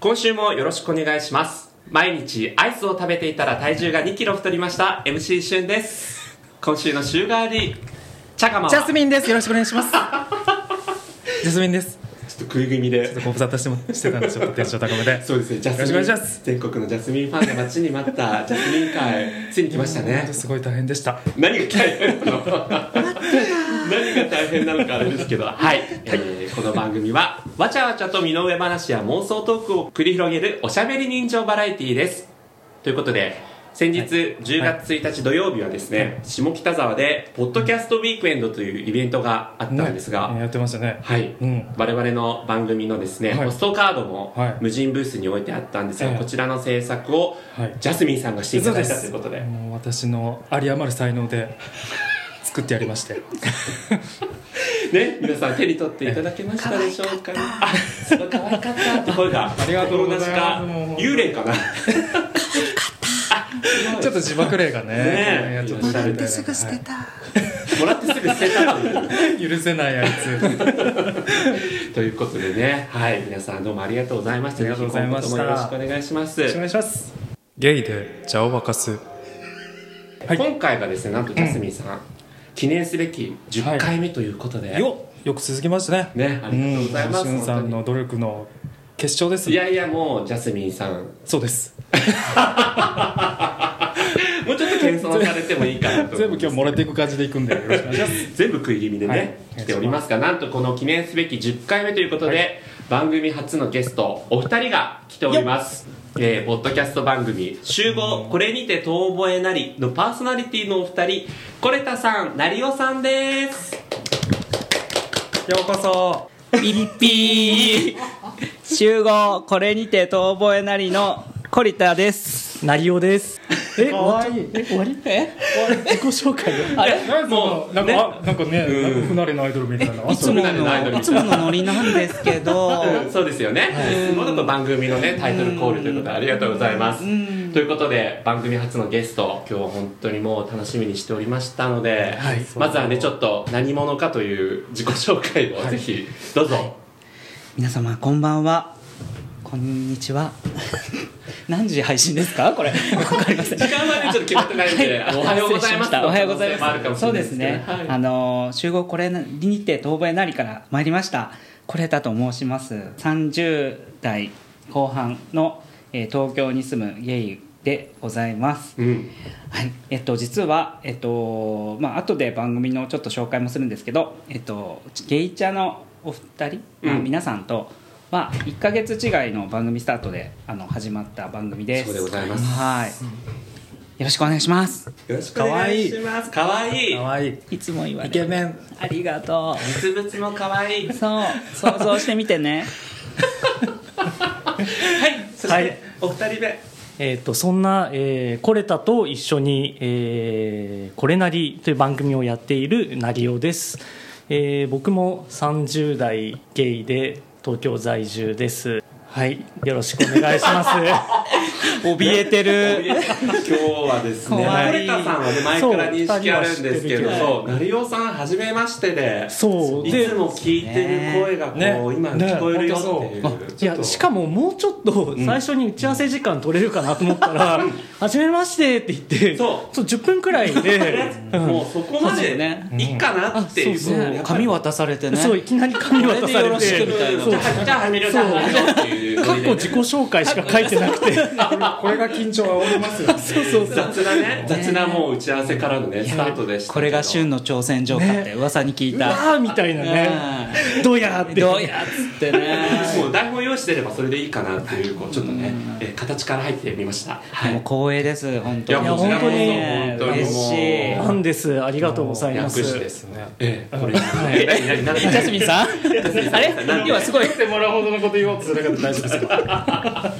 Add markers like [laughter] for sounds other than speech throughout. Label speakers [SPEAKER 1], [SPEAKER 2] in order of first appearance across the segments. [SPEAKER 1] 今週もよろしくお願いします毎日アイスを食べていたら体重が2キロ太りました MC しゅんです今週の週替わり茶釜は
[SPEAKER 2] ジャスミンです。よろしくお願いし
[SPEAKER 1] [laughs]
[SPEAKER 2] ます。ジャスミンです。
[SPEAKER 1] ちょっと食い気味で
[SPEAKER 2] ちょっとご無沙汰してもしてたんで
[SPEAKER 1] [laughs]
[SPEAKER 2] ちょっとテンション高めで。
[SPEAKER 1] そうですねジャスミ
[SPEAKER 2] よろ
[SPEAKER 1] ン
[SPEAKER 2] しくお願いします
[SPEAKER 1] 全国のジャスミンファンが待ちに待ったジャスミン会ついに来ました
[SPEAKER 2] 本
[SPEAKER 1] ね
[SPEAKER 2] 当すごい大変でした。
[SPEAKER 1] 何が大変なの何が大変なのかあれですけどはい、えーこの番組はわちゃわちゃと身の上話や妄想トークを繰り広げるおしゃべり人情バラエティーですということで先日
[SPEAKER 2] はい
[SPEAKER 1] 10月1日土曜日はですね、下北沢でポッドキャストウィークエンドというイベントがあったんですが、
[SPEAKER 2] ねやってましたね。
[SPEAKER 1] はい、
[SPEAKER 2] うん
[SPEAKER 1] 我々の番組のですね、
[SPEAKER 2] はい
[SPEAKER 1] ポストカードも
[SPEAKER 2] はい
[SPEAKER 1] 無人ブースに置いてあったんですが、
[SPEAKER 2] ええ
[SPEAKER 1] こちらの制作を
[SPEAKER 2] はい
[SPEAKER 1] ジャスミンさんがしていただいたということで
[SPEAKER 2] もう私の有り余る才能で
[SPEAKER 1] [laughs]
[SPEAKER 2] 作ってやりまして。
[SPEAKER 1] ね、皆さん手に取っていただけましたでしょうか。あ、すごい可愛かったって声が。あ
[SPEAKER 2] りがとうございます
[SPEAKER 1] 幽霊かな。
[SPEAKER 2] ちょっと自爆霊がね。
[SPEAKER 1] ね
[SPEAKER 2] やっちゃっ
[SPEAKER 1] もら
[SPEAKER 2] た
[SPEAKER 1] っ
[SPEAKER 2] み
[SPEAKER 1] て
[SPEAKER 2] たい
[SPEAKER 3] すぐ捨て
[SPEAKER 2] な。
[SPEAKER 3] た、
[SPEAKER 1] もらってすぐ捨てたという。
[SPEAKER 2] 許せないあいつ。
[SPEAKER 1] [laughs] ということでね、はい、皆さんどうもありがとうございました。
[SPEAKER 2] ありがとうございました
[SPEAKER 1] ぜひ今後ともよろしくお願いします。
[SPEAKER 2] お願いします。ゲイで茶を沸かす。はい
[SPEAKER 1] 今回がですね、なんとジャスミンさん、記念すべき10回目ということで。
[SPEAKER 2] よっよく続きましたね。
[SPEAKER 1] ね、ありがとうございます。
[SPEAKER 2] うんしゅんさんの努力の結晶です
[SPEAKER 1] い
[SPEAKER 2] ね。
[SPEAKER 1] やいやもうジャスミンさん
[SPEAKER 2] そうです。
[SPEAKER 1] もうちょっと謙遜されてもいいかなと
[SPEAKER 2] [laughs]
[SPEAKER 1] 思
[SPEAKER 2] 全
[SPEAKER 1] うん
[SPEAKER 2] 部
[SPEAKER 1] ですけど
[SPEAKER 2] 今日もらっていく感じでいくんでよろしくお願いします。
[SPEAKER 1] 全部食い気味で
[SPEAKER 2] はい
[SPEAKER 1] ね、来ておりますがなんとこの記念すべき10回目ということで、
[SPEAKER 2] はい
[SPEAKER 1] 番組初のゲストお二人が来ておりますえー、ポッドキャスト番組「集合これにて遠吠えなり」のパーソナリティのお二人コレタさん成尾さんです
[SPEAKER 2] ようこそ。
[SPEAKER 4] ピリピー集合これにて遠吠えなりのコリタです
[SPEAKER 2] なりおです。え、
[SPEAKER 4] もうちょ
[SPEAKER 2] いい。
[SPEAKER 4] え終わりえ
[SPEAKER 2] 自己紹介
[SPEAKER 4] あれ
[SPEAKER 2] もうなんか、あなんかね、なんか不慣れなアイドルみたいな。
[SPEAKER 4] いつも
[SPEAKER 1] そんなのないのに
[SPEAKER 4] のいつものノリなんですけど
[SPEAKER 1] [laughs] そうですよね、いつものと番組のねタイトルコールということでありがとうございますということで番組初のゲスト今日は本当にもう楽しみにしておりましたので、
[SPEAKER 2] はい
[SPEAKER 1] まずはねちょっと何者かという自己紹介をぜひどうぞ、
[SPEAKER 4] 皆様こんばんはこんにちは [laughs] 何時配信ですかこれわかりません
[SPEAKER 1] 時間はねちょっと決まってないんで、[laughs]
[SPEAKER 4] あ
[SPEAKER 1] おはようございます
[SPEAKER 4] 失礼ししたおはようござい
[SPEAKER 1] 可能性もあるか
[SPEAKER 4] ま
[SPEAKER 1] も
[SPEAKER 4] す
[SPEAKER 1] しれ
[SPEAKER 4] そう
[SPEAKER 1] ない
[SPEAKER 4] ですね、
[SPEAKER 1] けどはい
[SPEAKER 4] あの集合これにて遠吠えなりから参りましたこれだと申します30代後半の、えー東京に住むゲイでございます
[SPEAKER 1] うん、
[SPEAKER 4] はいえっと、実は、えっとまあ後で番組のちょっと紹介もするんですけど、えっと、ゲイチャのお二人、まあ
[SPEAKER 1] うん
[SPEAKER 4] 皆さんとは1か月違いの番組スタートであの始まった番組です。
[SPEAKER 1] そうでございます
[SPEAKER 4] はいよろしくお願いします。
[SPEAKER 1] よろしく
[SPEAKER 2] く
[SPEAKER 1] お
[SPEAKER 2] お
[SPEAKER 1] 願
[SPEAKER 2] 願
[SPEAKER 1] い
[SPEAKER 2] い
[SPEAKER 1] し
[SPEAKER 2] し
[SPEAKER 1] ますかわいい
[SPEAKER 2] 可愛い。
[SPEAKER 4] いつも言わ
[SPEAKER 2] イケメン。
[SPEAKER 4] ありがと。
[SPEAKER 1] 実物もかわいいう
[SPEAKER 4] そう、想像してみてね。
[SPEAKER 1] はいそして、
[SPEAKER 5] はい
[SPEAKER 1] お二人目
[SPEAKER 5] えー、とそんな、えー、コレタと一緒に「えーコレなり」という番組をやっているなりおです、えー僕も30代ゲイで東京在住ですはいよろしくお願いします
[SPEAKER 4] [laughs] 怯えてる。
[SPEAKER 1] 今日はですね
[SPEAKER 4] 可愛
[SPEAKER 1] 森
[SPEAKER 4] い
[SPEAKER 1] 田さんはね前から認識あるんですけど
[SPEAKER 5] そう二人は
[SPEAKER 1] そう成
[SPEAKER 5] 知ってるけど
[SPEAKER 1] 尾さん初めましてで
[SPEAKER 5] そう
[SPEAKER 1] い
[SPEAKER 5] で
[SPEAKER 1] つも聞いてる声がこう、
[SPEAKER 2] ね
[SPEAKER 1] 今
[SPEAKER 2] ね
[SPEAKER 1] 聞こえるよっていう、
[SPEAKER 2] 本当そう
[SPEAKER 5] いやしかももうちょっと最初に打ち合わせ時間取れるかなと思ったら「はじめまして」って言って
[SPEAKER 1] そう
[SPEAKER 5] 10分くらい
[SPEAKER 4] [laughs]
[SPEAKER 5] で、うん
[SPEAKER 1] [laughs] もうそこまで
[SPEAKER 4] ね
[SPEAKER 1] いいかなっていう,、
[SPEAKER 5] あそうそう
[SPEAKER 1] やっぱり
[SPEAKER 4] 紙渡されてね。
[SPEAKER 5] そういきなり紙渡さ
[SPEAKER 4] これでよ
[SPEAKER 5] れ
[SPEAKER 4] ろしくみたいな
[SPEAKER 5] そう
[SPEAKER 1] じゃあじゃあ始めるよじゃあ始めるよっていう
[SPEAKER 5] 過去自己紹介しか書いてなくて
[SPEAKER 2] これが緊張はおりますよ。そうそうそう。
[SPEAKER 1] 雑なね雑なもう打ち合わせからのねスタートでしたけど
[SPEAKER 4] これが旬の挑戦状かって噂に聞いた。
[SPEAKER 5] ああみたいなねどうやらって
[SPEAKER 4] どうやっつってね。
[SPEAKER 1] もう台本用意してればそれでいいかなっていうこうちょっとね、えー形から入ってみましたはい
[SPEAKER 4] もう光栄 [laughs] です本
[SPEAKER 1] いや
[SPEAKER 4] 当に。
[SPEAKER 1] もう本当に
[SPEAKER 4] ね
[SPEAKER 1] 本当に
[SPEAKER 4] 嬉
[SPEAKER 1] もう
[SPEAKER 4] しい。
[SPEAKER 5] なんですありがとうございます
[SPEAKER 1] 略してです
[SPEAKER 2] [laughs] ね。
[SPEAKER 1] ええこれえ何 [laughs] 何何
[SPEAKER 4] ジャスミンさん。あれ今すごい。
[SPEAKER 2] てもらうほどのこと言おうとするかった大丈夫ですよ。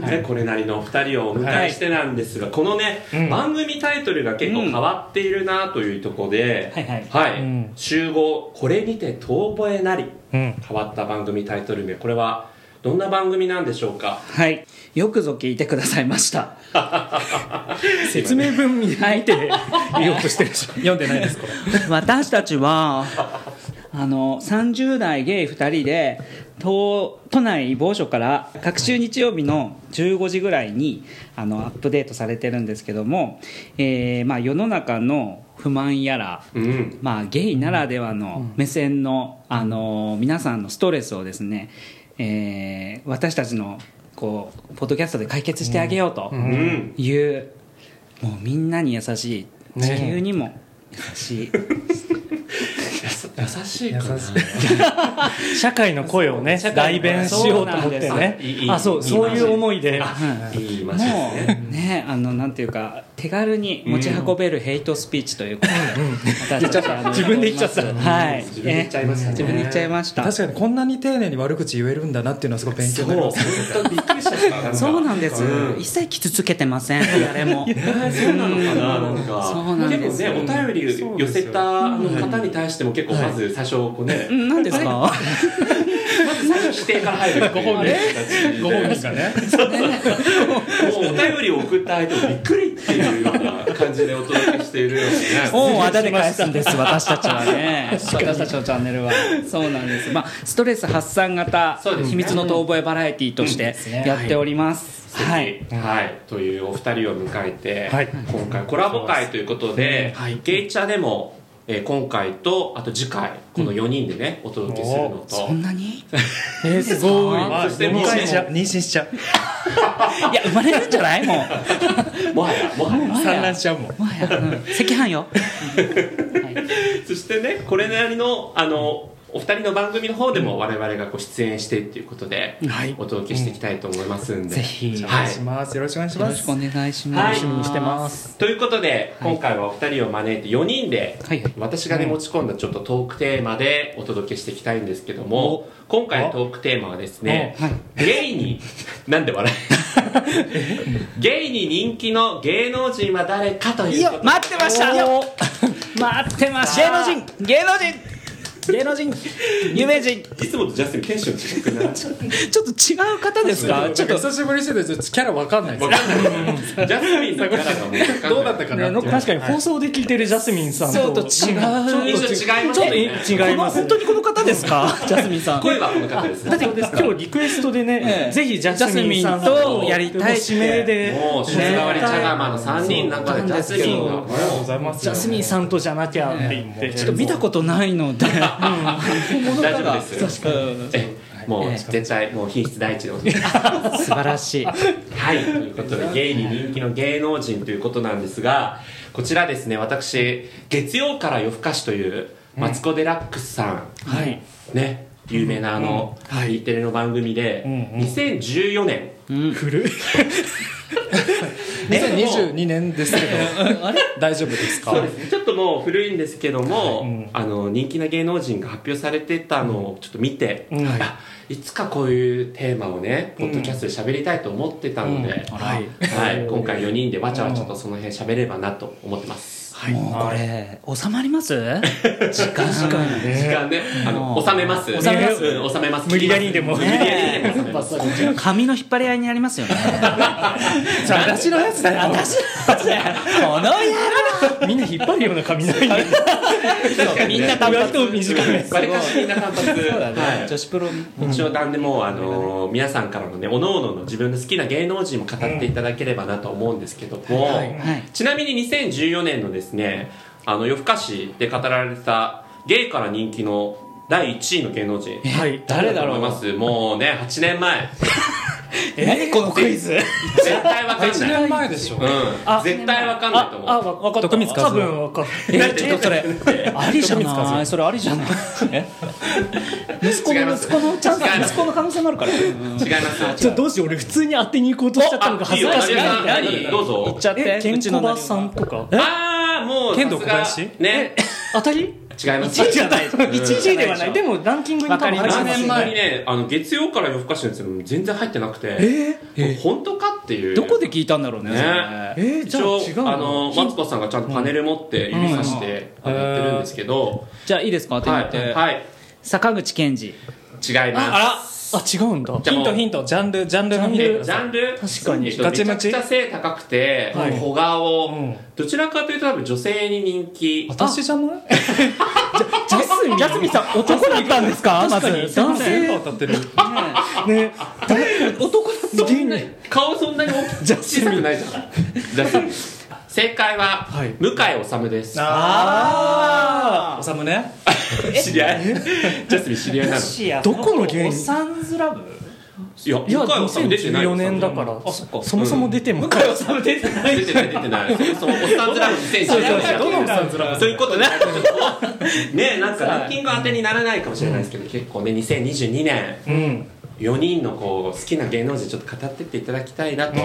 [SPEAKER 1] ね、これなりのお二人をお迎えしてなんですが、このね、
[SPEAKER 2] ん
[SPEAKER 1] 番組タイトルが結構変わっているなというところで、
[SPEAKER 4] うんはい
[SPEAKER 5] うん
[SPEAKER 1] 集合これにて遠吠えなり、
[SPEAKER 5] うん
[SPEAKER 1] 変わった番組タイトル名これはどんな番組なんでしょうか
[SPEAKER 4] はい。よくぞ聞いてくださいま [laughs] した。
[SPEAKER 5] 説明
[SPEAKER 2] [laughs]
[SPEAKER 4] [laughs]
[SPEAKER 5] 文見て言おうとしてるでしょ読んでないですか
[SPEAKER 4] 私たちはあの30代ゲイ2人で都都内某所から各週日曜日の15時ぐらいにあのアップデートされてるんですけども、えーまあ、世の中の不満やら、
[SPEAKER 1] うん
[SPEAKER 4] まあ、ゲイならではの目線の、あの皆さんのストレスをですね、えー私たちのこうポッドキャストで解決してあげようと
[SPEAKER 1] うん
[SPEAKER 4] いう、もうみんなに優しい
[SPEAKER 5] ね
[SPEAKER 4] 地球にも優しい、
[SPEAKER 1] 優しいかな
[SPEAKER 2] 優し
[SPEAKER 5] 社会の声をね
[SPEAKER 1] そう
[SPEAKER 5] 代弁しようと思って
[SPEAKER 4] そうなん
[SPEAKER 5] ね
[SPEAKER 1] ですいいいい
[SPEAKER 5] あそうそういう思いで
[SPEAKER 1] あいいマジです
[SPEAKER 4] も
[SPEAKER 1] ね
[SPEAKER 4] うねあのなんていうか手軽に持ち運べるヘイトスピーチというか、私たちあの
[SPEAKER 5] 自分で言っちゃった
[SPEAKER 4] はい
[SPEAKER 1] 自分で言っちゃいましたね
[SPEAKER 4] え自分で言っちゃいました
[SPEAKER 2] 確かにこんなに丁寧に悪口言えるんだなっていうのはすごい勉強
[SPEAKER 1] そう
[SPEAKER 2] になりま
[SPEAKER 1] 本
[SPEAKER 2] すね
[SPEAKER 1] 当にびっくりしちゃったか
[SPEAKER 4] そうなんです、
[SPEAKER 1] うん
[SPEAKER 4] 一切傷つけてません誰も
[SPEAKER 1] そうなのかな、なんか。
[SPEAKER 4] そうなんです
[SPEAKER 1] 結構ね、お便り寄せたあの方に対しても結構まず最初こうね、
[SPEAKER 4] 何ですか
[SPEAKER 1] まず最初否定から入るっていうね。 [laughs]
[SPEAKER 2] ご本人がね
[SPEAKER 1] もうお便りを送った相手もびっくりっていうような感じでお届けしているようなね。
[SPEAKER 4] 恩をあだで返すんです私たちはね私たちのチャンネルはそうなんですまあストレス発散型、
[SPEAKER 1] そうですね
[SPEAKER 4] 秘密の遠吠えバラエティとしてやっております、はい
[SPEAKER 1] はい、はい、というお二人を迎えて、
[SPEAKER 5] はい
[SPEAKER 1] 今回コラボ会ということで、
[SPEAKER 5] はい
[SPEAKER 1] ゲイチャでも、えー今回とあと次回この4人でね、お届けするのと
[SPEAKER 4] そんなにい
[SPEAKER 5] えーすごい
[SPEAKER 1] そしてもう
[SPEAKER 2] 妊娠しちゃう妊娠しちゃう
[SPEAKER 4] や生まれるんじゃないもう
[SPEAKER 1] もはやもはや
[SPEAKER 2] 産卵しちゃうもん
[SPEAKER 4] もはや、うん、赤飯よ、はい
[SPEAKER 1] そしてねこれなりのあのお二人の番組の方でも我々がこう出演してっていうことで、
[SPEAKER 5] はい
[SPEAKER 1] お届けしていきたいと思いますんで、
[SPEAKER 4] ぜひ
[SPEAKER 2] お
[SPEAKER 1] は
[SPEAKER 2] 願いしますよろしくお願いし
[SPEAKER 4] よ
[SPEAKER 2] ま
[SPEAKER 4] ろしくお
[SPEAKER 2] す
[SPEAKER 4] 願いし
[SPEAKER 1] は
[SPEAKER 4] ま
[SPEAKER 1] い
[SPEAKER 5] 楽
[SPEAKER 4] す。
[SPEAKER 5] しみにしてます
[SPEAKER 1] ということで、
[SPEAKER 4] はい
[SPEAKER 1] 今回はお二人を招いて4人で、
[SPEAKER 4] はいはい
[SPEAKER 1] 私がね、持ち込んだちょっとトークテーマでお届けしていきたいんですけども今回のトークテーマはですね、
[SPEAKER 4] おはい
[SPEAKER 1] ゲイになんで笑いゲイに人気の芸能人は誰かということで
[SPEAKER 4] 待ってました待ってました芸能人芸能人芸能人有名人
[SPEAKER 1] いつもとジャスティンテンション違くなっちゃう
[SPEAKER 4] ちょっと違う方ですかち
[SPEAKER 2] ち
[SPEAKER 4] ょ
[SPEAKER 2] ょ
[SPEAKER 4] っ
[SPEAKER 2] っ
[SPEAKER 4] と
[SPEAKER 2] と久しぶりにしててちょっとキャラわかんないで
[SPEAKER 1] わかんないジャスミンのキャラがもうわかんな
[SPEAKER 2] す
[SPEAKER 1] い
[SPEAKER 2] どうだったかなっていう
[SPEAKER 5] 確かに放送で聞いてるジャスミンさん
[SPEAKER 4] ちょっと違
[SPEAKER 5] と
[SPEAKER 1] 印象
[SPEAKER 4] う
[SPEAKER 1] 違います
[SPEAKER 5] ちょっと
[SPEAKER 1] ね
[SPEAKER 5] 違います
[SPEAKER 4] 本当にこの方ですかジャスミン [laughs] さん
[SPEAKER 1] 声はこの方です
[SPEAKER 5] だって今日リクエストで
[SPEAKER 4] ええ
[SPEAKER 5] ね、ぜひジャスミンさん
[SPEAKER 4] ジャスミンとやりたいって
[SPEAKER 5] 指名で、
[SPEAKER 1] もう週替わりチャガーマンの3人の中でジャスミンがもう
[SPEAKER 2] ありがとうございます
[SPEAKER 5] ジャスミンさんとじゃなきゃって言って、
[SPEAKER 4] ちょっと見たことないので
[SPEAKER 1] 大丈夫ですよ
[SPEAKER 4] うん
[SPEAKER 1] えもう絶対もう品質第一でございます
[SPEAKER 4] 素晴らしい
[SPEAKER 1] はい、ということで、ゲイに人気の芸能人ということなんですが、こちらですね、私、月曜から夜更かしという、マツコ・デラックスさん、
[SPEAKER 5] はい、
[SPEAKER 1] ね、有名なあの、E テレの番組で、2014年、
[SPEAKER 2] 古い2022年ですけど大丈夫ですか
[SPEAKER 1] そうですねちょっともう古いんですけども、あの人気な芸能人が発表されてたのをちょっと見て、
[SPEAKER 5] うんはい
[SPEAKER 1] あいつかこういうテーマをねポッドキャストで喋りたいと思ってたので、
[SPEAKER 5] うん
[SPEAKER 1] は
[SPEAKER 5] はいい
[SPEAKER 1] 今回4人でわちゃわちゃとその辺喋ればなと思ってます、
[SPEAKER 4] もうこれ収まります時間
[SPEAKER 1] 時間ねあの収めます
[SPEAKER 4] 収めます
[SPEAKER 1] うん収めます
[SPEAKER 5] 無理やりでも
[SPEAKER 1] 無理やりでも収めます
[SPEAKER 4] 髪の引っ張り合いになりますよね
[SPEAKER 2] じゃあ私のやつだよ
[SPEAKER 4] 私この野
[SPEAKER 5] みんな引っ張るような髪ないんで、
[SPEAKER 4] 郎みんな
[SPEAKER 5] 髪と短め。
[SPEAKER 1] [laughs] わりかしみんな単発
[SPEAKER 4] そうだね、
[SPEAKER 1] はい
[SPEAKER 4] 女子プロみ
[SPEAKER 1] 一応なんでもあの皆さんからのねおのおのの自分の好きな芸能人も語っていただければなと思うんですけども、
[SPEAKER 4] はい
[SPEAKER 1] ちなみに2014年のですねあの夜更かしで語られたゲイから人気の第1位の芸能人
[SPEAKER 5] はい
[SPEAKER 1] 誰だと思いますもうね8年前
[SPEAKER 4] 何このクイズ
[SPEAKER 1] 絶対
[SPEAKER 6] [laughs]
[SPEAKER 1] わかん
[SPEAKER 2] 8
[SPEAKER 1] ない、うん
[SPEAKER 2] 年、前でしょ
[SPEAKER 1] 絶対わかんないと思う
[SPEAKER 5] あ、わかった。
[SPEAKER 2] 徳光和夫
[SPEAKER 5] 多分わかっ
[SPEAKER 4] えちょっとそれありじゃ
[SPEAKER 5] 徳光
[SPEAKER 4] な
[SPEAKER 5] 和
[SPEAKER 4] いそれありじゃない息子
[SPEAKER 1] 違い
[SPEAKER 4] の
[SPEAKER 1] ます
[SPEAKER 4] 息子のチャン
[SPEAKER 1] 違いま
[SPEAKER 4] ス
[SPEAKER 1] す
[SPEAKER 4] 息子の可能性もあるから言
[SPEAKER 1] 違います
[SPEAKER 5] ちょっとどうしよう、俺普通に当てに行こうとしちゃったのが恥ずかしい。
[SPEAKER 1] あいいよ
[SPEAKER 5] な
[SPEAKER 1] 何何どうぞ
[SPEAKER 4] っちゃっ
[SPEAKER 5] え
[SPEAKER 4] て、
[SPEAKER 5] ケン
[SPEAKER 4] うちの
[SPEAKER 5] コ
[SPEAKER 4] 何
[SPEAKER 5] バさんとか。
[SPEAKER 1] ああもう
[SPEAKER 2] 剣道小林
[SPEAKER 1] さすがね
[SPEAKER 5] 当たり
[SPEAKER 1] 違います
[SPEAKER 4] 1位じゃない
[SPEAKER 5] 1位ではない。
[SPEAKER 4] で
[SPEAKER 5] で
[SPEAKER 4] も
[SPEAKER 5] もランキングに多分入って
[SPEAKER 4] わか
[SPEAKER 5] ま
[SPEAKER 1] 何
[SPEAKER 4] りま
[SPEAKER 5] ね
[SPEAKER 1] 年前
[SPEAKER 4] す
[SPEAKER 1] にねあの月曜から夜更かしのやつも全然入ってなくてこれ本当かっていう
[SPEAKER 4] どこで聞いたんだろうね
[SPEAKER 1] ね
[SPEAKER 4] それ
[SPEAKER 5] えー、じ
[SPEAKER 1] 一
[SPEAKER 5] ゃ
[SPEAKER 1] 応
[SPEAKER 5] あ違う
[SPEAKER 1] あのマツコさんがちゃんとパネル持って指さしてあのやってるんですけど、
[SPEAKER 4] じゃあいいですか当て
[SPEAKER 1] は
[SPEAKER 4] に行っ
[SPEAKER 1] い、
[SPEAKER 4] て
[SPEAKER 1] はい、
[SPEAKER 4] 坂口健二
[SPEAKER 1] 違います
[SPEAKER 5] ああ違うんだ
[SPEAKER 1] じゃあも
[SPEAKER 4] ヒン
[SPEAKER 1] う
[SPEAKER 4] トヒントジャンルジャンルのヒント
[SPEAKER 1] ジ
[SPEAKER 4] くださ
[SPEAKER 1] ャンル
[SPEAKER 5] 確かに
[SPEAKER 1] えっと
[SPEAKER 4] ガ
[SPEAKER 1] め
[SPEAKER 4] チ
[SPEAKER 1] ち
[SPEAKER 4] ム
[SPEAKER 1] ゃ
[SPEAKER 4] チ
[SPEAKER 1] くちゃ背高くて、
[SPEAKER 5] はい
[SPEAKER 1] 小顔、
[SPEAKER 5] うん
[SPEAKER 1] どちらかというと多分女性に人気
[SPEAKER 4] い私じゃない
[SPEAKER 5] ジャスミン
[SPEAKER 4] ジャスミンさん男だったんですかま
[SPEAKER 5] 確
[SPEAKER 4] ず
[SPEAKER 5] かに男性
[SPEAKER 4] 当たってる
[SPEAKER 5] ね男だ
[SPEAKER 1] そんな顔そんなに大き小さくないじゃないジャスミン正解は、
[SPEAKER 5] い
[SPEAKER 1] 向井治です
[SPEAKER 4] ああおさむね
[SPEAKER 1] 知り合いジャスミン知り合いなの
[SPEAKER 6] シア
[SPEAKER 5] どこの芸人
[SPEAKER 4] おサンズラブ
[SPEAKER 1] いや
[SPEAKER 5] いや
[SPEAKER 1] 向井治出てない
[SPEAKER 5] 2014年だから
[SPEAKER 4] あそっか
[SPEAKER 5] そもそも出て
[SPEAKER 4] 向
[SPEAKER 5] も
[SPEAKER 4] 井治出てない
[SPEAKER 1] [laughs] 出てない出てないそもそもおっさんずらの2014
[SPEAKER 4] そうそう
[SPEAKER 1] 年だ
[SPEAKER 4] どのおっさん
[SPEAKER 1] ずらそういうことね [laughs] ねなんかランキング当てにならないかもしれないですけど結構ね2022年
[SPEAKER 5] うん
[SPEAKER 1] 4人のこう好きな芸能人ちょっと語ってっていただきたいなと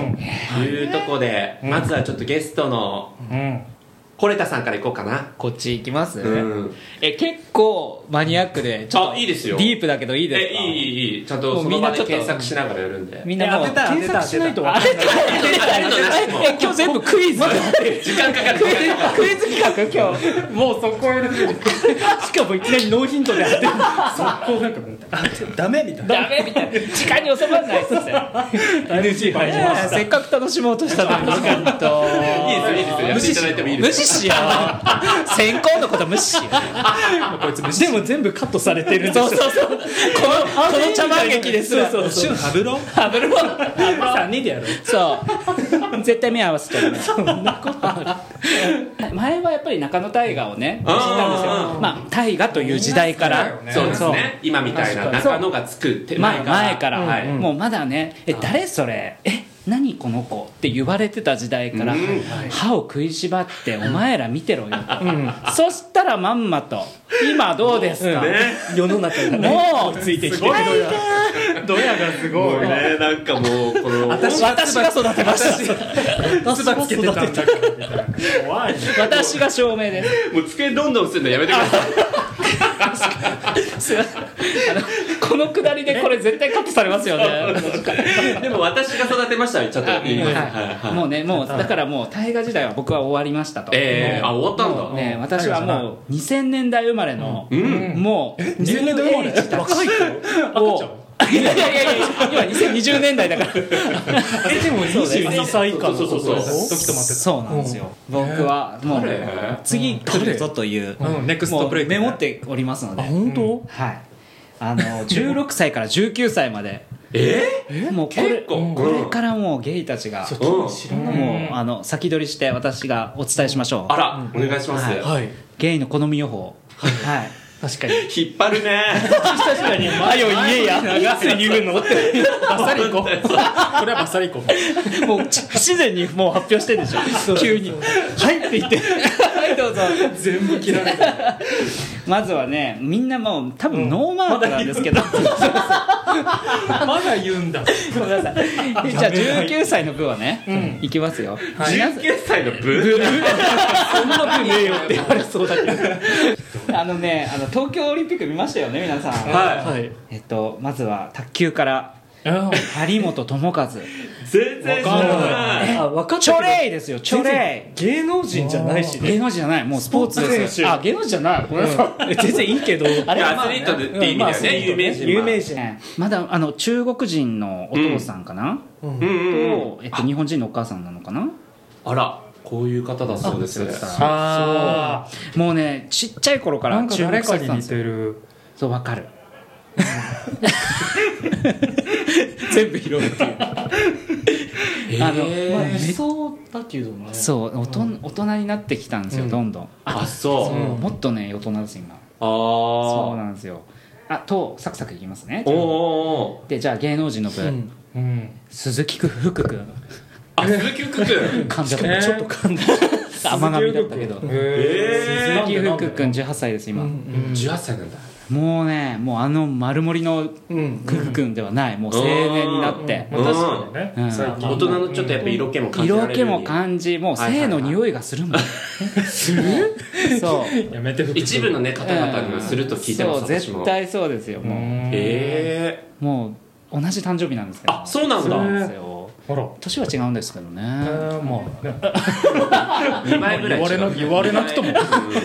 [SPEAKER 1] いうところで、まずはちょっとゲストの
[SPEAKER 5] うん
[SPEAKER 1] コレタさんからいこうかな、
[SPEAKER 4] こっち行きます
[SPEAKER 1] うん
[SPEAKER 4] え結構マニアックでちょっ
[SPEAKER 1] あ
[SPEAKER 4] と
[SPEAKER 1] いいですよ
[SPEAKER 4] ディープだけどいいです
[SPEAKER 1] え
[SPEAKER 4] か
[SPEAKER 1] いいいいいいちゃんと
[SPEAKER 4] もう
[SPEAKER 1] その場で
[SPEAKER 4] みんなちょっと
[SPEAKER 1] 検索しながらやるんで
[SPEAKER 4] みんなもう
[SPEAKER 5] え当てた
[SPEAKER 4] 検索しないと分かんないえ今日全部クイズ
[SPEAKER 1] [laughs] 時間かかる時間かかる
[SPEAKER 4] クイズ企画今日
[SPEAKER 5] もうそこへしかもいきなりノーヒントで当てる速攻なんかダメみたい
[SPEAKER 4] ダメみたいな時間に収まらないっすよ
[SPEAKER 5] NG 入りました
[SPEAKER 4] せっかく楽しもうとしたのに時
[SPEAKER 1] い
[SPEAKER 4] 間と
[SPEAKER 1] いですよいいですよやっていただいてもいい
[SPEAKER 4] 無
[SPEAKER 1] です
[SPEAKER 4] 視しよう先行のこと無視しよう
[SPEAKER 5] こいつでも全部カットされてるんです
[SPEAKER 4] そうそうそうこのこの茶番劇ですら
[SPEAKER 5] そうそう
[SPEAKER 4] ハブロハブロ
[SPEAKER 5] 3人でやろう
[SPEAKER 4] そう絶対目合わせちゃダメそんなことある前はやっぱり中野大河をね知
[SPEAKER 1] あー
[SPEAKER 4] ったんですよまあ大河という時代から
[SPEAKER 1] そうですね今みたいな中野がつく手
[SPEAKER 4] そうま
[SPEAKER 1] 前
[SPEAKER 4] あ
[SPEAKER 1] から
[SPEAKER 4] 前から、
[SPEAKER 1] はい
[SPEAKER 4] もうまだね「え誰それえ何この子」って言われてた時代から、
[SPEAKER 1] うん
[SPEAKER 4] 歯を食いしばって「お前ら見てろよ」と、そしたらまんまと「今どうですか
[SPEAKER 1] ね
[SPEAKER 5] 世の中がね
[SPEAKER 4] もう
[SPEAKER 5] ついてきてるドヤがすご
[SPEAKER 1] もうねなんかもうこの
[SPEAKER 4] 私私が育てました
[SPEAKER 5] つばつけてたんだから怖い
[SPEAKER 4] 私が証明です
[SPEAKER 1] もう机どんどんするのやめてください
[SPEAKER 4] すいませんあのこのくだりでこれ絶対カットされますよね
[SPEAKER 1] でも私が育てましたよちょっと言いますはいはい
[SPEAKER 4] はいもうねもうだからもう大河時代は僕は終わりましたと
[SPEAKER 1] えー、あ終わったん
[SPEAKER 4] もう
[SPEAKER 1] だ、
[SPEAKER 4] ね私はもう2000年代生まれの、
[SPEAKER 1] うん
[SPEAKER 4] もう
[SPEAKER 5] 2000年代生ま
[SPEAKER 4] ニューエイ
[SPEAKER 5] れ
[SPEAKER 4] ジたち
[SPEAKER 5] 若い子
[SPEAKER 4] をいやいやいやいや今2020年代だから
[SPEAKER 5] えでも22歳以下の
[SPEAKER 1] そうそうそうそう
[SPEAKER 5] 時と待って
[SPEAKER 4] そうなんですよ僕はもう
[SPEAKER 1] 誰
[SPEAKER 4] 次来るぞという
[SPEAKER 5] たうんネクス
[SPEAKER 4] も
[SPEAKER 5] ト
[SPEAKER 4] う
[SPEAKER 5] ブレイク
[SPEAKER 4] メモっておりますので
[SPEAKER 5] あ本当
[SPEAKER 4] はいあの16歳から19歳まで
[SPEAKER 1] え
[SPEAKER 4] もうこれ
[SPEAKER 1] 結構
[SPEAKER 4] これからもうゲイたちが
[SPEAKER 1] ー、うん
[SPEAKER 4] もうあの先取りして私がお伝えしましょう
[SPEAKER 1] あら、お願いします、
[SPEAKER 4] はい
[SPEAKER 5] はい
[SPEAKER 4] ゲイの好み予報はい
[SPEAKER 5] 確かに
[SPEAKER 1] 引っ張るね
[SPEAKER 5] 確かに
[SPEAKER 4] [laughs]
[SPEAKER 5] マヨ言えやいつ言うのってバッサリ行こうこれはバッサリ行こう
[SPEAKER 4] もうち不自然にもう発表してるでしょ急にはいって言ってはいどうぞ
[SPEAKER 5] 全部切られた
[SPEAKER 4] まずはねみんなもう多分ノーマークなんですけど、
[SPEAKER 5] まだ言うんだ
[SPEAKER 4] ごめんなさいじゃあ19歳の部はね、いきますよ、皆さん
[SPEAKER 1] 19歳のブ
[SPEAKER 5] そんな分ねえよって言われそうだけど
[SPEAKER 4] あのねあの東京オリンピック見ましたよね皆さん、
[SPEAKER 1] は
[SPEAKER 5] はい
[SPEAKER 4] えっとまずは卓球から張本智和
[SPEAKER 1] い全然知らない
[SPEAKER 5] あ分かっ
[SPEAKER 4] チョ
[SPEAKER 5] た
[SPEAKER 4] レイですよチョレイ
[SPEAKER 5] 芸能人じゃないし
[SPEAKER 4] 芸能人じゃないもうスポーツ
[SPEAKER 5] スポー
[SPEAKER 4] で
[SPEAKER 5] ツ
[SPEAKER 4] す
[SPEAKER 5] 選手
[SPEAKER 4] あ芸能人じゃないごめんなさい
[SPEAKER 5] 全然いいけど
[SPEAKER 4] あ
[SPEAKER 1] い
[SPEAKER 4] れは
[SPEAKER 1] や
[SPEAKER 4] ま
[SPEAKER 1] ア
[SPEAKER 4] あ
[SPEAKER 1] ス
[SPEAKER 4] ね
[SPEAKER 1] リートでって意味だよね、有名人は
[SPEAKER 5] 有名人
[SPEAKER 4] ねまだあの中国人のお父さんかな、
[SPEAKER 1] うんうんうん
[SPEAKER 4] と、えっと、日本人のお母さんなのかな
[SPEAKER 1] あらこういう方だそうです
[SPEAKER 5] あ
[SPEAKER 4] もうねちっちゃい頃から注目されてたんですよ
[SPEAKER 5] る
[SPEAKER 4] そうわかる全部拾
[SPEAKER 1] [laughs]
[SPEAKER 4] うっていうあの
[SPEAKER 5] まあ
[SPEAKER 4] め
[SPEAKER 5] 理想だけどね
[SPEAKER 4] そう大人大人になってきたんですよ、
[SPEAKER 5] うん
[SPEAKER 4] どんどん
[SPEAKER 1] あそう、
[SPEAKER 5] うん
[SPEAKER 4] もっとね大人です今
[SPEAKER 1] ああ
[SPEAKER 4] そうなんですよあとサクサクいきますね
[SPEAKER 1] おーおーおー
[SPEAKER 4] でじゃあ芸能人の部、
[SPEAKER 5] うんうん
[SPEAKER 4] 鈴木福君
[SPEAKER 1] あ鈴木福君
[SPEAKER 4] 患者
[SPEAKER 5] ね
[SPEAKER 4] ちょっと噛んだ甘がみだったけど
[SPEAKER 1] え
[SPEAKER 4] 鈴木福君18歳です今、
[SPEAKER 1] 18歳なんだ
[SPEAKER 4] もうねもうあの丸盛りの
[SPEAKER 5] うん
[SPEAKER 4] クク君ではない、もう青年になって、
[SPEAKER 5] まあ確かにね
[SPEAKER 4] うん
[SPEAKER 5] 最近
[SPEAKER 1] 大人のちょっとやっぱ色気も感じら
[SPEAKER 4] 色
[SPEAKER 1] れる
[SPEAKER 4] 気
[SPEAKER 1] ように
[SPEAKER 4] も感じもう
[SPEAKER 1] はいはいは
[SPEAKER 4] 性
[SPEAKER 1] い
[SPEAKER 4] の匂いがするもん、するそう
[SPEAKER 5] やめて服
[SPEAKER 1] 一部のね方々にはすると聞いてま
[SPEAKER 4] そう
[SPEAKER 1] す、私も
[SPEAKER 4] 絶対そうですよ
[SPEAKER 5] う
[SPEAKER 4] も
[SPEAKER 5] ん
[SPEAKER 1] ええ
[SPEAKER 4] うもう同じ誕生日なんですけど
[SPEAKER 1] あそうなん
[SPEAKER 4] そうなん
[SPEAKER 1] だ
[SPEAKER 4] ですよ
[SPEAKER 5] ほら
[SPEAKER 4] 年は違うんですけど
[SPEAKER 5] え
[SPEAKER 4] ね
[SPEAKER 5] ーまあね
[SPEAKER 1] 二枚ぐらい違う
[SPEAKER 5] 言われなくても
[SPEAKER 1] [laughs] う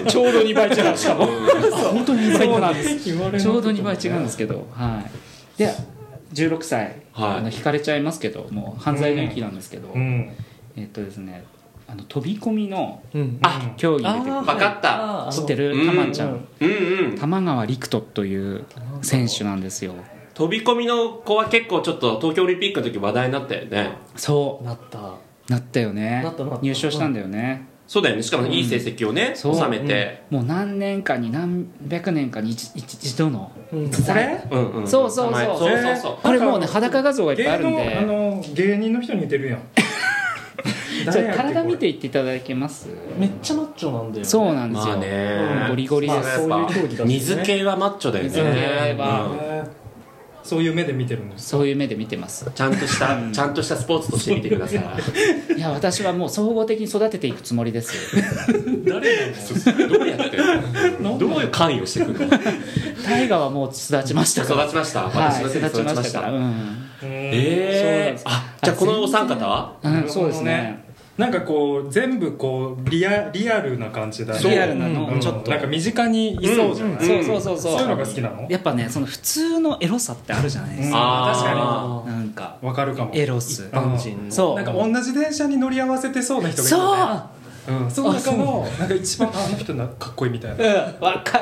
[SPEAKER 1] ん
[SPEAKER 4] ちょうど2倍違うしかも本当に2倍違うんです
[SPEAKER 5] 言われなくても
[SPEAKER 4] ちょうど2倍違うんですけどはいで16歳、
[SPEAKER 1] はい
[SPEAKER 4] あの引かれちゃいますけどもう犯罪の域なんですけど、
[SPEAKER 5] うん
[SPEAKER 4] えっとですねあの飛び込みの
[SPEAKER 5] うん
[SPEAKER 1] あ
[SPEAKER 4] 競技
[SPEAKER 5] あ
[SPEAKER 4] に出てく
[SPEAKER 5] ー
[SPEAKER 1] わかった
[SPEAKER 5] あー
[SPEAKER 4] る知ってる
[SPEAKER 1] うん
[SPEAKER 4] たまちゃ
[SPEAKER 5] うんん
[SPEAKER 1] うんうん
[SPEAKER 4] 玉川陸斗という選手なんですよ
[SPEAKER 1] 飛び込みの子は結構ちょっと東京オリンピックの時話題になったよね
[SPEAKER 4] そ
[SPEAKER 5] なった
[SPEAKER 4] うなったよね
[SPEAKER 5] なったなった
[SPEAKER 4] 入賞したんだよね
[SPEAKER 1] そうだよねしかもいい成績をね、
[SPEAKER 4] そう
[SPEAKER 1] 収めて、
[SPEAKER 4] もう何年かに何百年かに一一一度の
[SPEAKER 5] うん
[SPEAKER 4] これ
[SPEAKER 1] うんうん
[SPEAKER 4] そうそうそう
[SPEAKER 1] 名前そうそうそう、
[SPEAKER 4] これもうね裸画像がいっぱいあ
[SPEAKER 6] 芸
[SPEAKER 4] るん
[SPEAKER 6] 能あ
[SPEAKER 4] で
[SPEAKER 6] の芸人の人に似てるやん
[SPEAKER 4] じ
[SPEAKER 6] 誰やっ
[SPEAKER 4] ゃあ
[SPEAKER 6] け
[SPEAKER 4] 体見
[SPEAKER 6] こ
[SPEAKER 4] ていっていただけます
[SPEAKER 5] めっちゃマッチョなんだよね
[SPEAKER 4] そうなんです
[SPEAKER 1] ま
[SPEAKER 4] よ、
[SPEAKER 1] あね、
[SPEAKER 5] うん
[SPEAKER 4] ゴリゴリです
[SPEAKER 1] やっぱ
[SPEAKER 5] そういう競技だしね
[SPEAKER 1] 水系はマッチョだよね
[SPEAKER 4] 水系は
[SPEAKER 1] うん
[SPEAKER 6] れへーそういう目で見てるんです
[SPEAKER 4] そういう目で見てます
[SPEAKER 1] ちゃんとした、ちゃんとしたスポーツとして見てください。
[SPEAKER 4] いや私はもう総合的に育てていくつもりですよ
[SPEAKER 1] 誰どうやって、どういう関与してくるの。育
[SPEAKER 4] 大河はもう育ちましたから
[SPEAKER 1] ちました。
[SPEAKER 4] は
[SPEAKER 1] 私
[SPEAKER 4] い
[SPEAKER 1] の
[SPEAKER 4] 育
[SPEAKER 1] せいで育
[SPEAKER 4] ち
[SPEAKER 1] ち
[SPEAKER 4] ま
[SPEAKER 1] ま
[SPEAKER 4] し
[SPEAKER 1] した
[SPEAKER 4] から
[SPEAKER 1] た。
[SPEAKER 4] うん、そうなん
[SPEAKER 1] え
[SPEAKER 4] で
[SPEAKER 1] え
[SPEAKER 4] す。
[SPEAKER 1] あ、じゃあこのお三方は
[SPEAKER 4] うん、そうですね
[SPEAKER 6] なんかこう全部こうリアリアルな感じだね
[SPEAKER 4] リアルなの、
[SPEAKER 6] うん
[SPEAKER 4] ちょっと
[SPEAKER 6] なんか身近にいそうじゃない、
[SPEAKER 4] そうそうそうそ
[SPEAKER 6] そ
[SPEAKER 4] う
[SPEAKER 6] ういうのが好きなの
[SPEAKER 4] やっぱねその普通のエロさってあるじゃないですか、
[SPEAKER 1] あー
[SPEAKER 5] 確か
[SPEAKER 4] なんか
[SPEAKER 6] わかるかも
[SPEAKER 4] エロス
[SPEAKER 6] あ
[SPEAKER 5] に一般人の
[SPEAKER 4] そう
[SPEAKER 6] なんか同じ電車に乗り合わせてそうな人がいるよねそう、ん、その中のなんか一番あの人なかっこいいみたいな
[SPEAKER 4] うんわか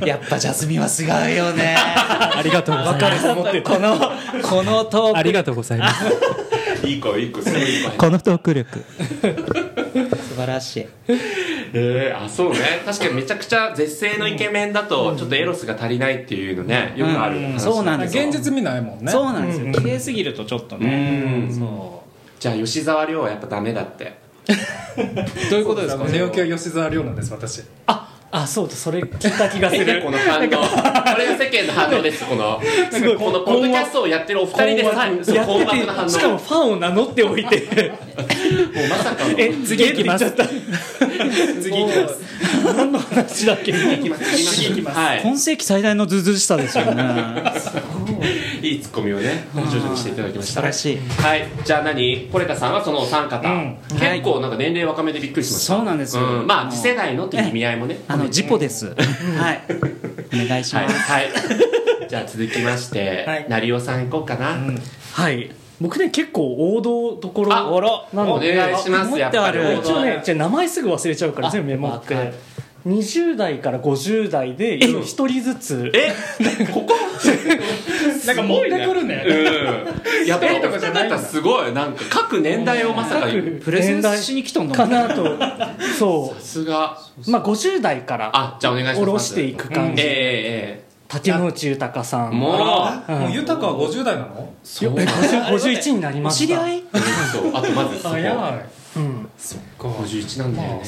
[SPEAKER 4] るやっぱジャスミンはすごいよね
[SPEAKER 5] ありがとうございます
[SPEAKER 4] このこのト
[SPEAKER 5] あ
[SPEAKER 4] ー
[SPEAKER 5] り
[SPEAKER 4] ク
[SPEAKER 5] がとうございます
[SPEAKER 1] いい子いい子すぐいい子。
[SPEAKER 4] このトーク力素晴らしい
[SPEAKER 1] ええあそうね。確かにめちゃくちゃ絶世のイケメンだとちょっとエロスが足りないっていうのねよくある話だね、
[SPEAKER 4] うんそうなんですよ
[SPEAKER 6] 現実見ないもんね
[SPEAKER 4] そうなんです
[SPEAKER 6] う
[SPEAKER 4] よ
[SPEAKER 6] ん
[SPEAKER 4] 綺麗すぎるとちょっと
[SPEAKER 1] う
[SPEAKER 4] ね
[SPEAKER 1] ん。
[SPEAKER 4] そ
[SPEAKER 1] じゃあ吉沢亮はやっぱダメだって。
[SPEAKER 4] うどういうことですか
[SPEAKER 6] 寝起きは吉沢亮なんです私
[SPEAKER 5] あそうだそれ聞いた気
[SPEAKER 1] [laughs]
[SPEAKER 5] がす
[SPEAKER 1] ね
[SPEAKER 5] る
[SPEAKER 1] この反応。こ [laughs] れが世間の反応です。この
[SPEAKER 5] すごい
[SPEAKER 1] このポッドキャストをやってるお二人で
[SPEAKER 5] 困惑
[SPEAKER 1] さそう困惑の
[SPEAKER 5] や
[SPEAKER 1] 反
[SPEAKER 5] って
[SPEAKER 1] 応。
[SPEAKER 5] てしかもファンを名乗っておいて
[SPEAKER 1] もうまさかの。
[SPEAKER 5] え次行きます
[SPEAKER 6] 次行き
[SPEAKER 5] [laughs]
[SPEAKER 6] ます
[SPEAKER 5] 何の話だっけ
[SPEAKER 1] 行きます次行きます。はい。
[SPEAKER 4] 今世紀最大のズズしさですよね
[SPEAKER 1] いいツッコミをね、徐々にしていただきまし
[SPEAKER 4] 素
[SPEAKER 1] た。
[SPEAKER 4] 晴らしい
[SPEAKER 1] はい。じゃあ何コレタさんはそのお三方。結構なんか年齢若めでびっくりしました。
[SPEAKER 4] そうなんですよ
[SPEAKER 1] んまあ、次世代のという意味合いもね。
[SPEAKER 4] あのジポですはいお願いし
[SPEAKER 1] はい。
[SPEAKER 4] ます
[SPEAKER 1] はい。じゃあ続きまして、
[SPEAKER 5] はい
[SPEAKER 1] 成尾さん行こうかな。
[SPEAKER 5] はい僕ね結構王道どころ
[SPEAKER 1] あおろ
[SPEAKER 5] なので
[SPEAKER 1] お願いします
[SPEAKER 5] あ
[SPEAKER 1] やっぱり
[SPEAKER 5] 持ってある
[SPEAKER 1] 王道
[SPEAKER 5] 一応ねじゃあ名前すぐ忘れちゃうから全部メモっ
[SPEAKER 1] わかる
[SPEAKER 5] て20代から50代で一人ずつ
[SPEAKER 1] えここ
[SPEAKER 6] なんか持ってくるね
[SPEAKER 1] うん。やっぱりお二方すごい。なんか各年代をまさか言う。
[SPEAKER 4] プレゼンスしに来たんだも
[SPEAKER 5] か
[SPEAKER 4] ん
[SPEAKER 1] [laughs]
[SPEAKER 4] ね
[SPEAKER 5] なとそ
[SPEAKER 1] さすが。
[SPEAKER 5] うまあ50代から
[SPEAKER 1] あ、じゃあお願いします。
[SPEAKER 5] 下ろしていく感
[SPEAKER 1] ええ
[SPEAKER 5] じ
[SPEAKER 1] え
[SPEAKER 5] 竹野内豊さ
[SPEAKER 1] え。
[SPEAKER 5] ん
[SPEAKER 1] もう、
[SPEAKER 6] もう豊かは50代なの
[SPEAKER 1] そう。
[SPEAKER 5] 51になりました
[SPEAKER 4] 知り合い
[SPEAKER 1] そうあとまずそこ
[SPEAKER 6] 早い
[SPEAKER 5] うん
[SPEAKER 6] そっか
[SPEAKER 1] 51なんだよね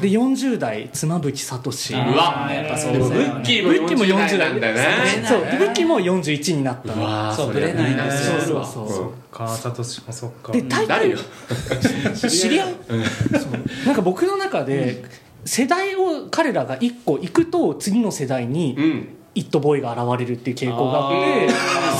[SPEAKER 5] で40代妻夫木聡
[SPEAKER 1] うわ
[SPEAKER 4] あーやっぱそう
[SPEAKER 1] で
[SPEAKER 4] で
[SPEAKER 1] も
[SPEAKER 4] す
[SPEAKER 1] ブ
[SPEAKER 4] ね
[SPEAKER 1] ッキーも
[SPEAKER 5] ブッキーも
[SPEAKER 1] 40
[SPEAKER 5] 40
[SPEAKER 1] 代なんだよね
[SPEAKER 5] そうでブッキーも41になった
[SPEAKER 1] うわー
[SPEAKER 4] そう
[SPEAKER 1] れは
[SPEAKER 4] ぶれないね
[SPEAKER 1] そうそう
[SPEAKER 5] そ
[SPEAKER 1] そうう
[SPEAKER 5] そうそう
[SPEAKER 6] かさとしもそっか
[SPEAKER 5] でタイ
[SPEAKER 1] 誰
[SPEAKER 5] ト
[SPEAKER 1] よ
[SPEAKER 4] 知り合い
[SPEAKER 5] なんか僕の中で世代を彼らが1個行くと次の世代
[SPEAKER 1] う
[SPEAKER 5] に
[SPEAKER 1] ん
[SPEAKER 5] イットボーイが現れるっていう傾向があって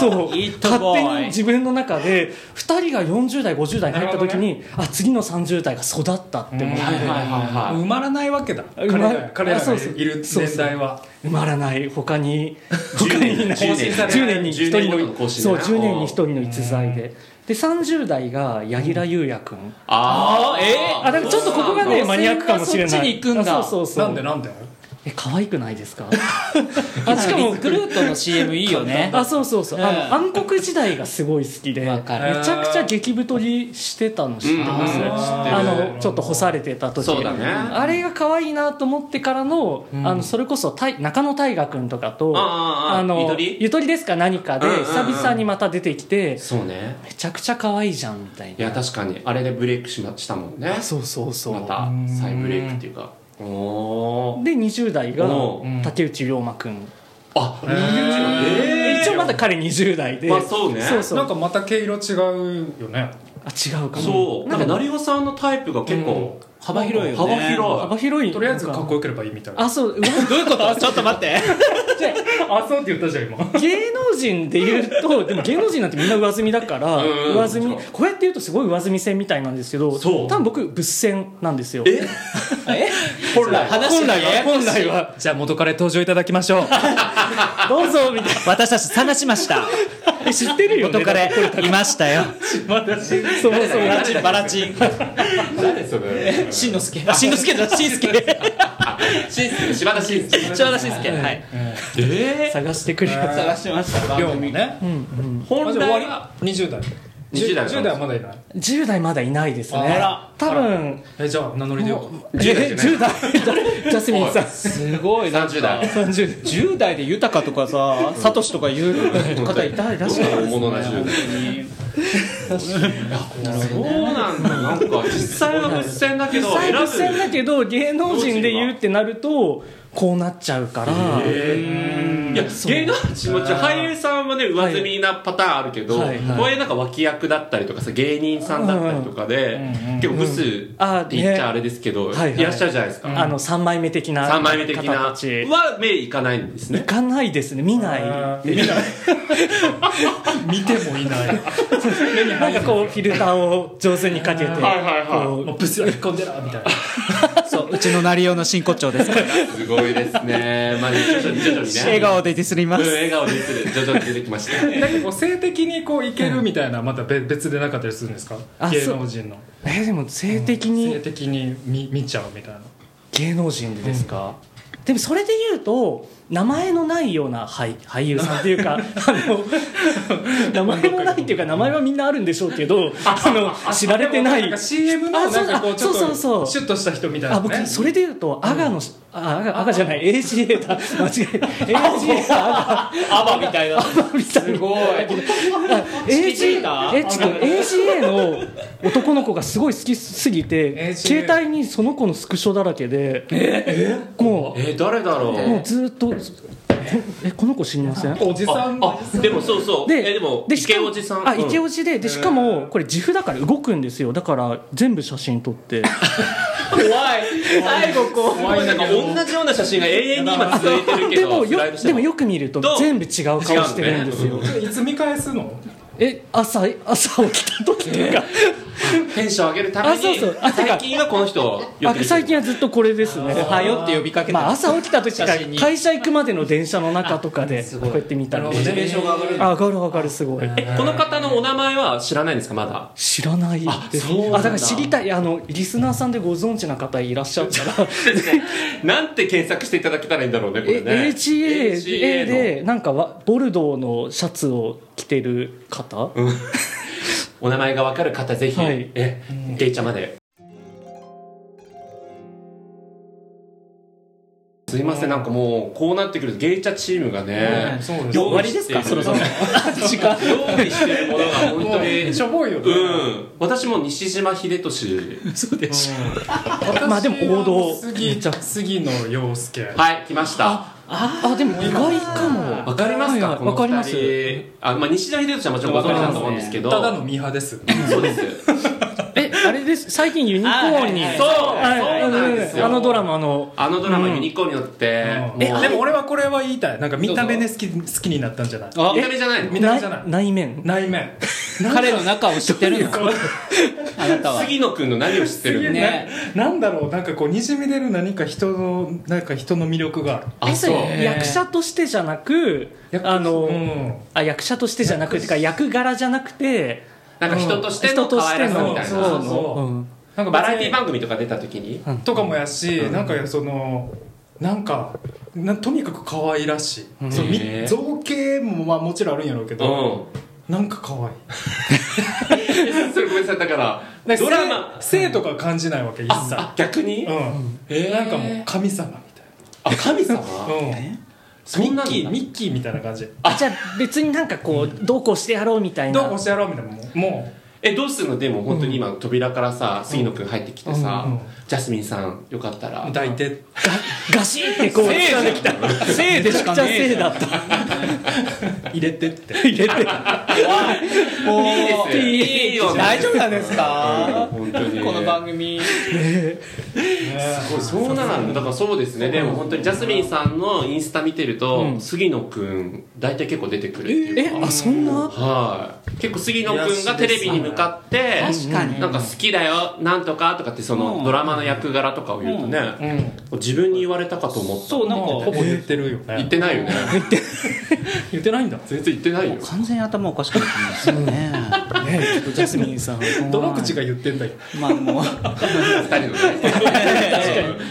[SPEAKER 5] そう
[SPEAKER 4] イット
[SPEAKER 5] 勝
[SPEAKER 4] ボーイ
[SPEAKER 5] 手に自分の中で2人が40代50代に入った時に、あ次の30代が育ったって思っ
[SPEAKER 6] うん
[SPEAKER 5] て
[SPEAKER 1] はいはいはいは
[SPEAKER 6] 埋まらないわけだ彼
[SPEAKER 5] 埋ま
[SPEAKER 6] ら彼ら
[SPEAKER 5] あ
[SPEAKER 6] が
[SPEAKER 5] そう
[SPEAKER 6] い
[SPEAKER 5] そう
[SPEAKER 6] る年代は
[SPEAKER 5] 埋まらない他に
[SPEAKER 1] 10
[SPEAKER 5] 他にいな
[SPEAKER 1] 10
[SPEAKER 5] い
[SPEAKER 1] 年
[SPEAKER 5] 10年に1人
[SPEAKER 1] 10年ごと
[SPEAKER 5] の
[SPEAKER 1] の更新
[SPEAKER 5] そう
[SPEAKER 1] だな
[SPEAKER 5] 10年に1人の逸材でで30代が柳楽優也君
[SPEAKER 1] ああえ
[SPEAKER 5] あだからちょっとここがねマニアックかもしれない
[SPEAKER 4] そっちに行くんだ
[SPEAKER 5] あそうそうそう
[SPEAKER 6] なんでなんで
[SPEAKER 5] え可愛くないですか
[SPEAKER 4] あ
[SPEAKER 5] あ
[SPEAKER 4] し
[SPEAKER 5] し
[SPEAKER 4] か
[SPEAKER 5] か
[SPEAKER 4] も
[SPEAKER 5] も
[SPEAKER 4] リクルートの CM いいよね
[SPEAKER 5] あそうそうそう、あ
[SPEAKER 4] うん
[SPEAKER 5] の暗黒時代がすごい好きでめ
[SPEAKER 4] わ
[SPEAKER 5] ち
[SPEAKER 4] か
[SPEAKER 5] ゃ
[SPEAKER 6] る
[SPEAKER 5] くちゃ激太りしてたの知ってま
[SPEAKER 1] う
[SPEAKER 5] す、
[SPEAKER 1] んうん
[SPEAKER 5] あ
[SPEAKER 1] 知って
[SPEAKER 5] のちょっと干されてた時
[SPEAKER 1] そうだね
[SPEAKER 5] あれが可愛いなと思ってからの,、あのそれこそたい中野大河君とかと
[SPEAKER 1] ああああ
[SPEAKER 5] の
[SPEAKER 1] ゆとり
[SPEAKER 5] ですか何かで
[SPEAKER 1] うんうんうん
[SPEAKER 5] 久々にまた出てきて、
[SPEAKER 1] そうね
[SPEAKER 5] めちゃくちゃ可愛いじゃんみたい
[SPEAKER 1] い
[SPEAKER 5] な
[SPEAKER 1] や確かにあれでブレイクしましたもんね
[SPEAKER 5] そうそうそう、
[SPEAKER 1] また再ブレイクっていうかおお
[SPEAKER 5] で20代が
[SPEAKER 1] おう
[SPEAKER 5] 竹内涼真君、
[SPEAKER 1] あえ
[SPEAKER 5] 一応まだ彼20代で、
[SPEAKER 1] まあそうね
[SPEAKER 5] そうそう
[SPEAKER 6] なんかまた毛色違うよね
[SPEAKER 5] あ違うかも
[SPEAKER 1] そうなんか成尾さんのタイプが結構
[SPEAKER 4] 幅広いよ
[SPEAKER 1] 幅
[SPEAKER 4] ね
[SPEAKER 1] 広
[SPEAKER 5] 幅広い
[SPEAKER 6] とりあえずかっこよければいいみたいな
[SPEAKER 5] あそううわ
[SPEAKER 4] どういうことちょっと待って
[SPEAKER 6] あそうって言ったじゃん今
[SPEAKER 5] 芸能人で言うとでも芸能人なんてみんな上積みだから
[SPEAKER 1] うんうん
[SPEAKER 5] 上積み
[SPEAKER 1] そう
[SPEAKER 5] こうやって言うとすごい上積み線みたいなんですけど
[SPEAKER 1] そう
[SPEAKER 5] 多分僕物線なんですよ
[SPEAKER 1] いえ本来は
[SPEAKER 5] 本来は本来は
[SPEAKER 2] じゃあ元彼登場いただきましょう
[SPEAKER 5] どうぞみたいな [laughs]
[SPEAKER 4] 私たち探しました
[SPEAKER 5] 知ってるよね
[SPEAKER 3] 元カレいましたよそうそうバラチンバラチン
[SPEAKER 1] 誰それ
[SPEAKER 3] しんのすけあしんのすけだしんすけ
[SPEAKER 1] しんすけ柴田しんすけ
[SPEAKER 3] ちょうどしんすけはい
[SPEAKER 1] え
[SPEAKER 5] 探してくれよ
[SPEAKER 3] 探しました
[SPEAKER 6] 量もね
[SPEAKER 1] ー、本
[SPEAKER 6] じゃあ
[SPEAKER 1] 来
[SPEAKER 6] 終
[SPEAKER 1] は
[SPEAKER 6] わり20代
[SPEAKER 1] 20代
[SPEAKER 6] 10代はまだいない
[SPEAKER 5] 10代まだいないですね
[SPEAKER 6] あら
[SPEAKER 5] 多分
[SPEAKER 6] えじゃあ名乗りでよか
[SPEAKER 1] 10代じゃ
[SPEAKER 5] 10代ジャスミンさん
[SPEAKER 3] すごい
[SPEAKER 1] ない30代
[SPEAKER 5] 30代
[SPEAKER 3] 10代で豊かとかさサトシとかいう方いたらしい
[SPEAKER 1] どんな本物な10代そうなんだなんか実際は物線だけど選
[SPEAKER 5] 最
[SPEAKER 1] ぶ
[SPEAKER 5] 後戦だけど芸能人で言うってなるとこうなっちゃうから
[SPEAKER 1] いや芸能人もちろん俳優さんはね上積みなパターンあるけど、
[SPEAKER 5] はいはい
[SPEAKER 1] こういうなんか脇役だったりとかさ芸人さんだったりとかで、結構ブスって言っちゃあれですけど、
[SPEAKER 5] んあね
[SPEAKER 1] いらっしゃるじゃないですか、
[SPEAKER 5] あの3枚目的な
[SPEAKER 1] 三枚目的な
[SPEAKER 5] 方たち
[SPEAKER 1] は目いかないんです
[SPEAKER 5] 行
[SPEAKER 1] ね
[SPEAKER 5] かないですね見ない
[SPEAKER 3] [laughs]
[SPEAKER 6] 見ない見てもいない
[SPEAKER 5] [laughs] なんかこうフィルターを上手にかけて
[SPEAKER 1] はいはいはい
[SPEAKER 5] こう
[SPEAKER 6] もうブスが引っ込んでらみたいな
[SPEAKER 3] そううちの成尾の真骨頂ですから
[SPEAKER 1] すごいですねまあ徐々に徐々にね
[SPEAKER 3] 笑顔でディスりま
[SPEAKER 1] うん
[SPEAKER 3] す
[SPEAKER 1] 笑顔でする徐々に出てきました
[SPEAKER 6] なん [laughs] かこう性的にこういけるみたいなまた別別でなかったりするんですか
[SPEAKER 5] あ
[SPEAKER 6] 芸能人の
[SPEAKER 5] えーでも性的
[SPEAKER 6] 性
[SPEAKER 5] に
[SPEAKER 6] 的に見見ちゃうみたいな
[SPEAKER 5] 芸能人でですか、でもそれで言うと名前のないような俳俳優さんってい
[SPEAKER 6] [laughs]
[SPEAKER 5] うかあの名前もないっていうか名前はみんなあるんでしょうけどあの知られてない
[SPEAKER 6] んか CM の
[SPEAKER 5] あ
[SPEAKER 6] な
[SPEAKER 5] そうん
[SPEAKER 6] かこう
[SPEAKER 5] あ
[SPEAKER 6] ちょっ
[SPEAKER 5] そうそうそ
[SPEAKER 6] と
[SPEAKER 5] う
[SPEAKER 6] シュッとした人みたいな
[SPEAKER 5] あ
[SPEAKER 6] ね
[SPEAKER 5] 僕それで言うとアガのし、あアガアガじゃない ACA だ間違え ACA ア
[SPEAKER 3] アバみたいな
[SPEAKER 5] ガみたいな
[SPEAKER 1] ごい
[SPEAKER 5] あ ACA
[SPEAKER 3] た
[SPEAKER 5] えちょっと ACA の男の子がすごい好きすぎて
[SPEAKER 6] ACA
[SPEAKER 5] 携帯にその子のスクショだらけでも
[SPEAKER 1] えー誰だろ
[SPEAKER 5] うもう
[SPEAKER 1] う
[SPEAKER 5] ずーっとこえこの子知りません
[SPEAKER 6] おじさん
[SPEAKER 1] ああでもそうそうえーでも
[SPEAKER 5] しか
[SPEAKER 1] 池
[SPEAKER 5] も
[SPEAKER 1] おじさん
[SPEAKER 5] あ池
[SPEAKER 1] お
[SPEAKER 5] おじででしかもこれ自負だから動くんですよだから全部写真撮って
[SPEAKER 3] 怖い最後こう
[SPEAKER 1] なんか同じような写真が永遠に今続いてるけ
[SPEAKER 5] で
[SPEAKER 1] ど
[SPEAKER 5] も
[SPEAKER 1] スライ
[SPEAKER 5] よ
[SPEAKER 1] ドして
[SPEAKER 5] でもよく見ると
[SPEAKER 1] どう
[SPEAKER 5] 全部違う顔してるんです
[SPEAKER 1] 違う
[SPEAKER 5] よ
[SPEAKER 1] のね
[SPEAKER 6] いつ見返すの
[SPEAKER 5] え朝朝起きた時とか
[SPEAKER 1] テンション上げるために
[SPEAKER 5] あそうそうあてか
[SPEAKER 1] 最近はこの人をよ
[SPEAKER 5] あ
[SPEAKER 1] く見てる
[SPEAKER 5] 最近はずっとこれですね
[SPEAKER 3] おはようって呼びかけた
[SPEAKER 5] まあ、朝起きた時とか
[SPEAKER 3] 写真に
[SPEAKER 5] 会社行くまでの電車の中とかでこうやって見たり
[SPEAKER 1] モチベ
[SPEAKER 5] で
[SPEAKER 1] ーションが上がる
[SPEAKER 5] あ上がる上がるすごい
[SPEAKER 1] えこの方のお名前は知らないんですかまだ
[SPEAKER 5] 知らないです
[SPEAKER 1] あそうなんだ
[SPEAKER 5] あだから知りたいあのリスナーさんでご存知な方いらっしゃった
[SPEAKER 1] [laughs]
[SPEAKER 5] ら
[SPEAKER 1] なんて検索していただけたらいいんだろうねこれ
[SPEAKER 5] え
[SPEAKER 1] ね
[SPEAKER 5] AGA
[SPEAKER 1] AGA の
[SPEAKER 5] でなんかわボルドーのシャツを着てる方
[SPEAKER 1] お名前がわかる方ぜひ、
[SPEAKER 5] はい
[SPEAKER 1] えゲイちゃんまで。すいませんなんかもうこうなってくるとゲイチャチームがね、
[SPEAKER 6] そうです
[SPEAKER 1] 終
[SPEAKER 3] 終わりですかそろそろ時間
[SPEAKER 1] 用意してるものが本当に
[SPEAKER 6] しょぼいよね
[SPEAKER 1] [laughs] うん私も西島秀俊
[SPEAKER 3] そうでしょ
[SPEAKER 5] まあでも王道め
[SPEAKER 6] 杉
[SPEAKER 5] っちゃ
[SPEAKER 6] 杉野陽介
[SPEAKER 1] はい来ました
[SPEAKER 5] あでも意外かも
[SPEAKER 1] わかりますか
[SPEAKER 5] はいはい
[SPEAKER 1] この
[SPEAKER 5] わかり
[SPEAKER 1] 二
[SPEAKER 5] ます
[SPEAKER 1] 人あまあ西島秀俊はもちろんご存知だと思うんですけど
[SPEAKER 6] ただのミーハーです
[SPEAKER 1] そうです
[SPEAKER 5] えあれです最近ユニコーンに
[SPEAKER 3] あはい
[SPEAKER 1] そう
[SPEAKER 5] はい
[SPEAKER 1] そうなんですよ
[SPEAKER 5] あのドラマの
[SPEAKER 1] あのドラマユニコーンに乗って
[SPEAKER 6] うん
[SPEAKER 1] もう
[SPEAKER 6] でも俺はこれは言いたいなんか見た目で好き好きになったんじゃない
[SPEAKER 3] あ
[SPEAKER 1] 見た目じゃないの
[SPEAKER 6] 見た目じゃない
[SPEAKER 5] 内面
[SPEAKER 6] 内面
[SPEAKER 3] 彼の中を知ってるのあなたは
[SPEAKER 1] 杉野くんの何を知ってるの
[SPEAKER 3] ね
[SPEAKER 6] ななんだろうなんかこうにじみ出る何か人のなんか人の魅力がある
[SPEAKER 1] あそう
[SPEAKER 3] え
[SPEAKER 5] 役者としてじゃなく
[SPEAKER 6] 役
[SPEAKER 5] あの、
[SPEAKER 6] うん
[SPEAKER 5] あ役者としてじゃなくてか役柄じゃなくて、
[SPEAKER 1] なんか人としての
[SPEAKER 5] 人と
[SPEAKER 1] 可
[SPEAKER 5] し
[SPEAKER 1] 愛らし
[SPEAKER 5] て
[SPEAKER 1] さ
[SPEAKER 5] の
[SPEAKER 1] みたい
[SPEAKER 6] そうそう
[SPEAKER 1] な
[SPEAKER 6] そう、なんか
[SPEAKER 1] バラエティ番組とか出た時に
[SPEAKER 5] うん
[SPEAKER 6] とかもやし、なんかそのなんかなとにかく可愛らしい、そのみ
[SPEAKER 1] へえ
[SPEAKER 6] 造形もまあもちろんあるんやろうけ
[SPEAKER 1] う
[SPEAKER 6] ど、
[SPEAKER 1] ん
[SPEAKER 6] なんか可愛い
[SPEAKER 1] えそれごめんなさいだから
[SPEAKER 6] なんか
[SPEAKER 1] ドラマ
[SPEAKER 6] 性性とか感じないわけ一切
[SPEAKER 1] あ逆に
[SPEAKER 6] うん
[SPEAKER 1] えー
[SPEAKER 6] なんかもう神様みた
[SPEAKER 1] あ神様
[SPEAKER 6] いな、うん
[SPEAKER 1] そん
[SPEAKER 6] ミ
[SPEAKER 1] な
[SPEAKER 6] ッ
[SPEAKER 1] の
[SPEAKER 6] キーミッキーみたいな感じ
[SPEAKER 5] あじゃあ別になんかこうどうこうしてやろうみたいな
[SPEAKER 6] どうこうしてやろうみたいなもうも
[SPEAKER 1] えどうするのでも本当に今扉からさ杉野くん入ってきてさ
[SPEAKER 6] うんうん
[SPEAKER 1] ジャスミンさんよかったら
[SPEAKER 6] う抱いて
[SPEAKER 5] ガシッてこう
[SPEAKER 3] せいできたせいで
[SPEAKER 5] めち
[SPEAKER 3] し
[SPEAKER 5] ゃ
[SPEAKER 3] か
[SPEAKER 5] くちゃ
[SPEAKER 3] ねえ
[SPEAKER 5] せい
[SPEAKER 3] じゃ
[SPEAKER 5] だ
[SPEAKER 3] ん
[SPEAKER 5] った
[SPEAKER 6] 入れてって
[SPEAKER 5] 入れて
[SPEAKER 3] もう
[SPEAKER 1] いいですよいいよ
[SPEAKER 3] 大丈夫なんですか
[SPEAKER 1] うん本当に
[SPEAKER 3] この番組
[SPEAKER 6] ね
[SPEAKER 1] そうなんだだからそうですねでも本当にジャスミンさんのインスタ見てると、
[SPEAKER 5] うん
[SPEAKER 1] 杉野くん大体結構出てくるっていう
[SPEAKER 5] え
[SPEAKER 1] か
[SPEAKER 5] あそんな
[SPEAKER 1] はい、結構杉野くんがテレビに向かって
[SPEAKER 4] 確かに
[SPEAKER 1] なんか好きだよなんとかとかってそのドラマの役柄とかを言うとね、
[SPEAKER 5] うん
[SPEAKER 1] 自分に言われたかと思った
[SPEAKER 4] そうなんか
[SPEAKER 6] ほぼ言ってるよ
[SPEAKER 1] 言っ
[SPEAKER 6] ね
[SPEAKER 1] てないよね
[SPEAKER 5] 言ってないんだ
[SPEAKER 1] 全然言ってないよ
[SPEAKER 4] 完全に頭おかしくなってますよね
[SPEAKER 5] ねちょっとジャスミンさん
[SPEAKER 6] どの口が言ってんだよ
[SPEAKER 4] まあもう
[SPEAKER 1] 二人のね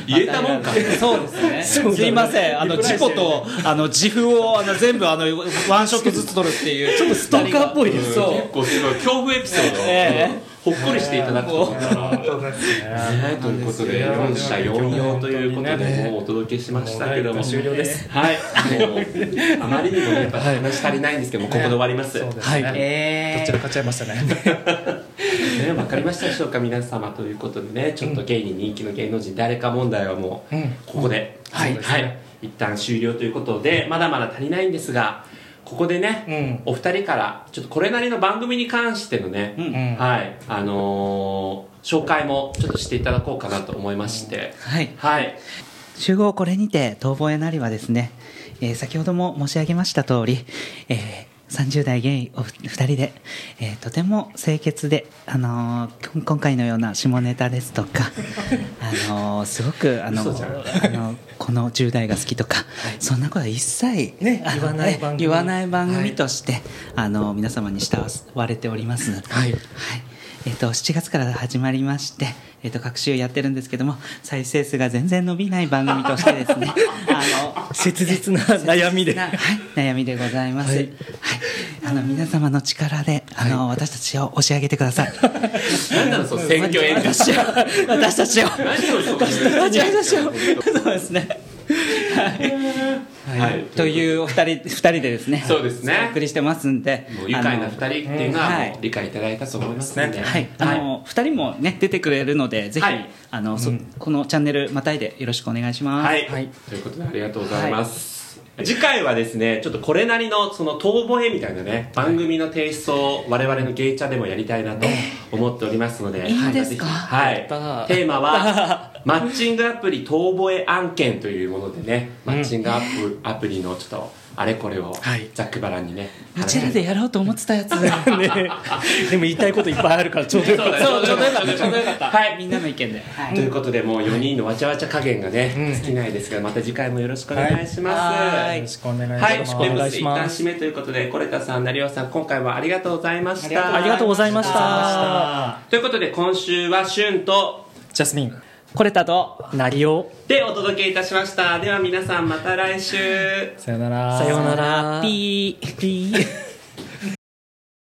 [SPEAKER 1] 言えたもんか
[SPEAKER 4] そうですねすいませんあの自己とあの自負をあの全部あのワンショットずつ取るっていうちょっとス
[SPEAKER 5] トーカーっぽいですね
[SPEAKER 4] そう
[SPEAKER 1] 結構すごい恐怖エピソードを、
[SPEAKER 4] え
[SPEAKER 1] ほっこりしていただくと思ったら、
[SPEAKER 6] そうですね
[SPEAKER 1] ね、ということで4社4用ということでもうお届けしましたけども
[SPEAKER 6] もう終了です
[SPEAKER 1] はいもうあまりにもねやっぱ話足りないんですけどもここで終わります
[SPEAKER 6] そうで
[SPEAKER 1] ね
[SPEAKER 6] す
[SPEAKER 5] はい
[SPEAKER 6] ね
[SPEAKER 4] え
[SPEAKER 6] どちらかっちゃいましたね
[SPEAKER 1] わかりましたでしょうか皆様ということでねちょっとゲイに人気の芸能人誰か問題はもうここではいはい一旦終了ということでまだまだ足りないんですがここでね、お二人からちょっとこれなりの番組に関してのね、はいあのー紹介もちょっとしていただこうかなと思いまして、
[SPEAKER 4] はい
[SPEAKER 1] はい
[SPEAKER 4] 集合これにて逃亡へなりはですね、えー先ほども申し上げました通り、えー30代ゲイお二人で、えーとても清潔で、あのーこん今回のような下ネタですと
[SPEAKER 5] [laughs]
[SPEAKER 4] か、あのーすごく、あの
[SPEAKER 1] 嘘じゃん
[SPEAKER 4] あのこの10代が好きとか、そんなことは一切、
[SPEAKER 5] ね
[SPEAKER 4] あの
[SPEAKER 5] 言わない番組
[SPEAKER 4] 言わない番組として、あの皆様に慕われております。はい。えっと、7月から始まりまして、えっと、各週やってるんですけども再生数が全然伸びない番組としてで
[SPEAKER 1] [laughs]
[SPEAKER 4] すねあの
[SPEAKER 5] 切実な悩みで
[SPEAKER 4] なはい、悩みでございます、はいあの皆様の力であの、私たちを押し上げてください
[SPEAKER 1] なんだろう、その選挙演歌。
[SPEAKER 4] 私を私たちを
[SPEAKER 1] 何をそう
[SPEAKER 4] 私たちをそうですねはい、
[SPEAKER 1] はい
[SPEAKER 4] というお二人二人でですね
[SPEAKER 1] そうですね
[SPEAKER 4] お送りしてますんで
[SPEAKER 1] もう愉快な二人っていうの
[SPEAKER 4] あの
[SPEAKER 1] は
[SPEAKER 4] うん
[SPEAKER 1] もう理解いただいたと思いますので、
[SPEAKER 4] はい、あの、二人もね、出てくれるので、ぜひ、
[SPEAKER 1] はい
[SPEAKER 4] あの、そ、このチャンネルまたいで、よろしくお願いします。
[SPEAKER 1] はい、ということでありがとうございます、次回はですねちょっとこれなりのその遠吠えみたいなね番組の提出を我々のゲイチャでもやりたいなと思っておりますので、
[SPEAKER 4] いいんですか
[SPEAKER 1] はいテーマはマッチングアプリ遠吠え案件というものでねマッチングアプ,、アプリのちょっとあれこれをざっくばらんにね、
[SPEAKER 4] うちらでやろうと思ってたやつ。そ
[SPEAKER 5] ねでも言いたいこといっぱいあるからちょうどよかった
[SPEAKER 4] う、ちょうどよかった、ちょうどよかった。はい、みんなの意見で。は
[SPEAKER 1] ということでもう4人のわちゃわちゃ加減がね、尽きないですがまた次回もよろしくお願いします。
[SPEAKER 4] は
[SPEAKER 6] よろしくお願いします、
[SPEAKER 1] はい、
[SPEAKER 5] し
[SPEAKER 1] と
[SPEAKER 5] くお
[SPEAKER 1] いうこと
[SPEAKER 5] 願い
[SPEAKER 1] で
[SPEAKER 5] し
[SPEAKER 1] 一
[SPEAKER 5] ます
[SPEAKER 1] 旦締めということで、コレタさん、成尾さん、今回もありがとうございまし
[SPEAKER 5] ありが
[SPEAKER 1] た。
[SPEAKER 5] とうございました
[SPEAKER 1] ということで、今週はシュンと
[SPEAKER 5] ジャスミン
[SPEAKER 4] これたと。
[SPEAKER 5] なりお
[SPEAKER 1] でお届けいたしました。では皆さんまた来週。
[SPEAKER 6] さよなら
[SPEAKER 5] さようなら
[SPEAKER 4] ピー。ピー。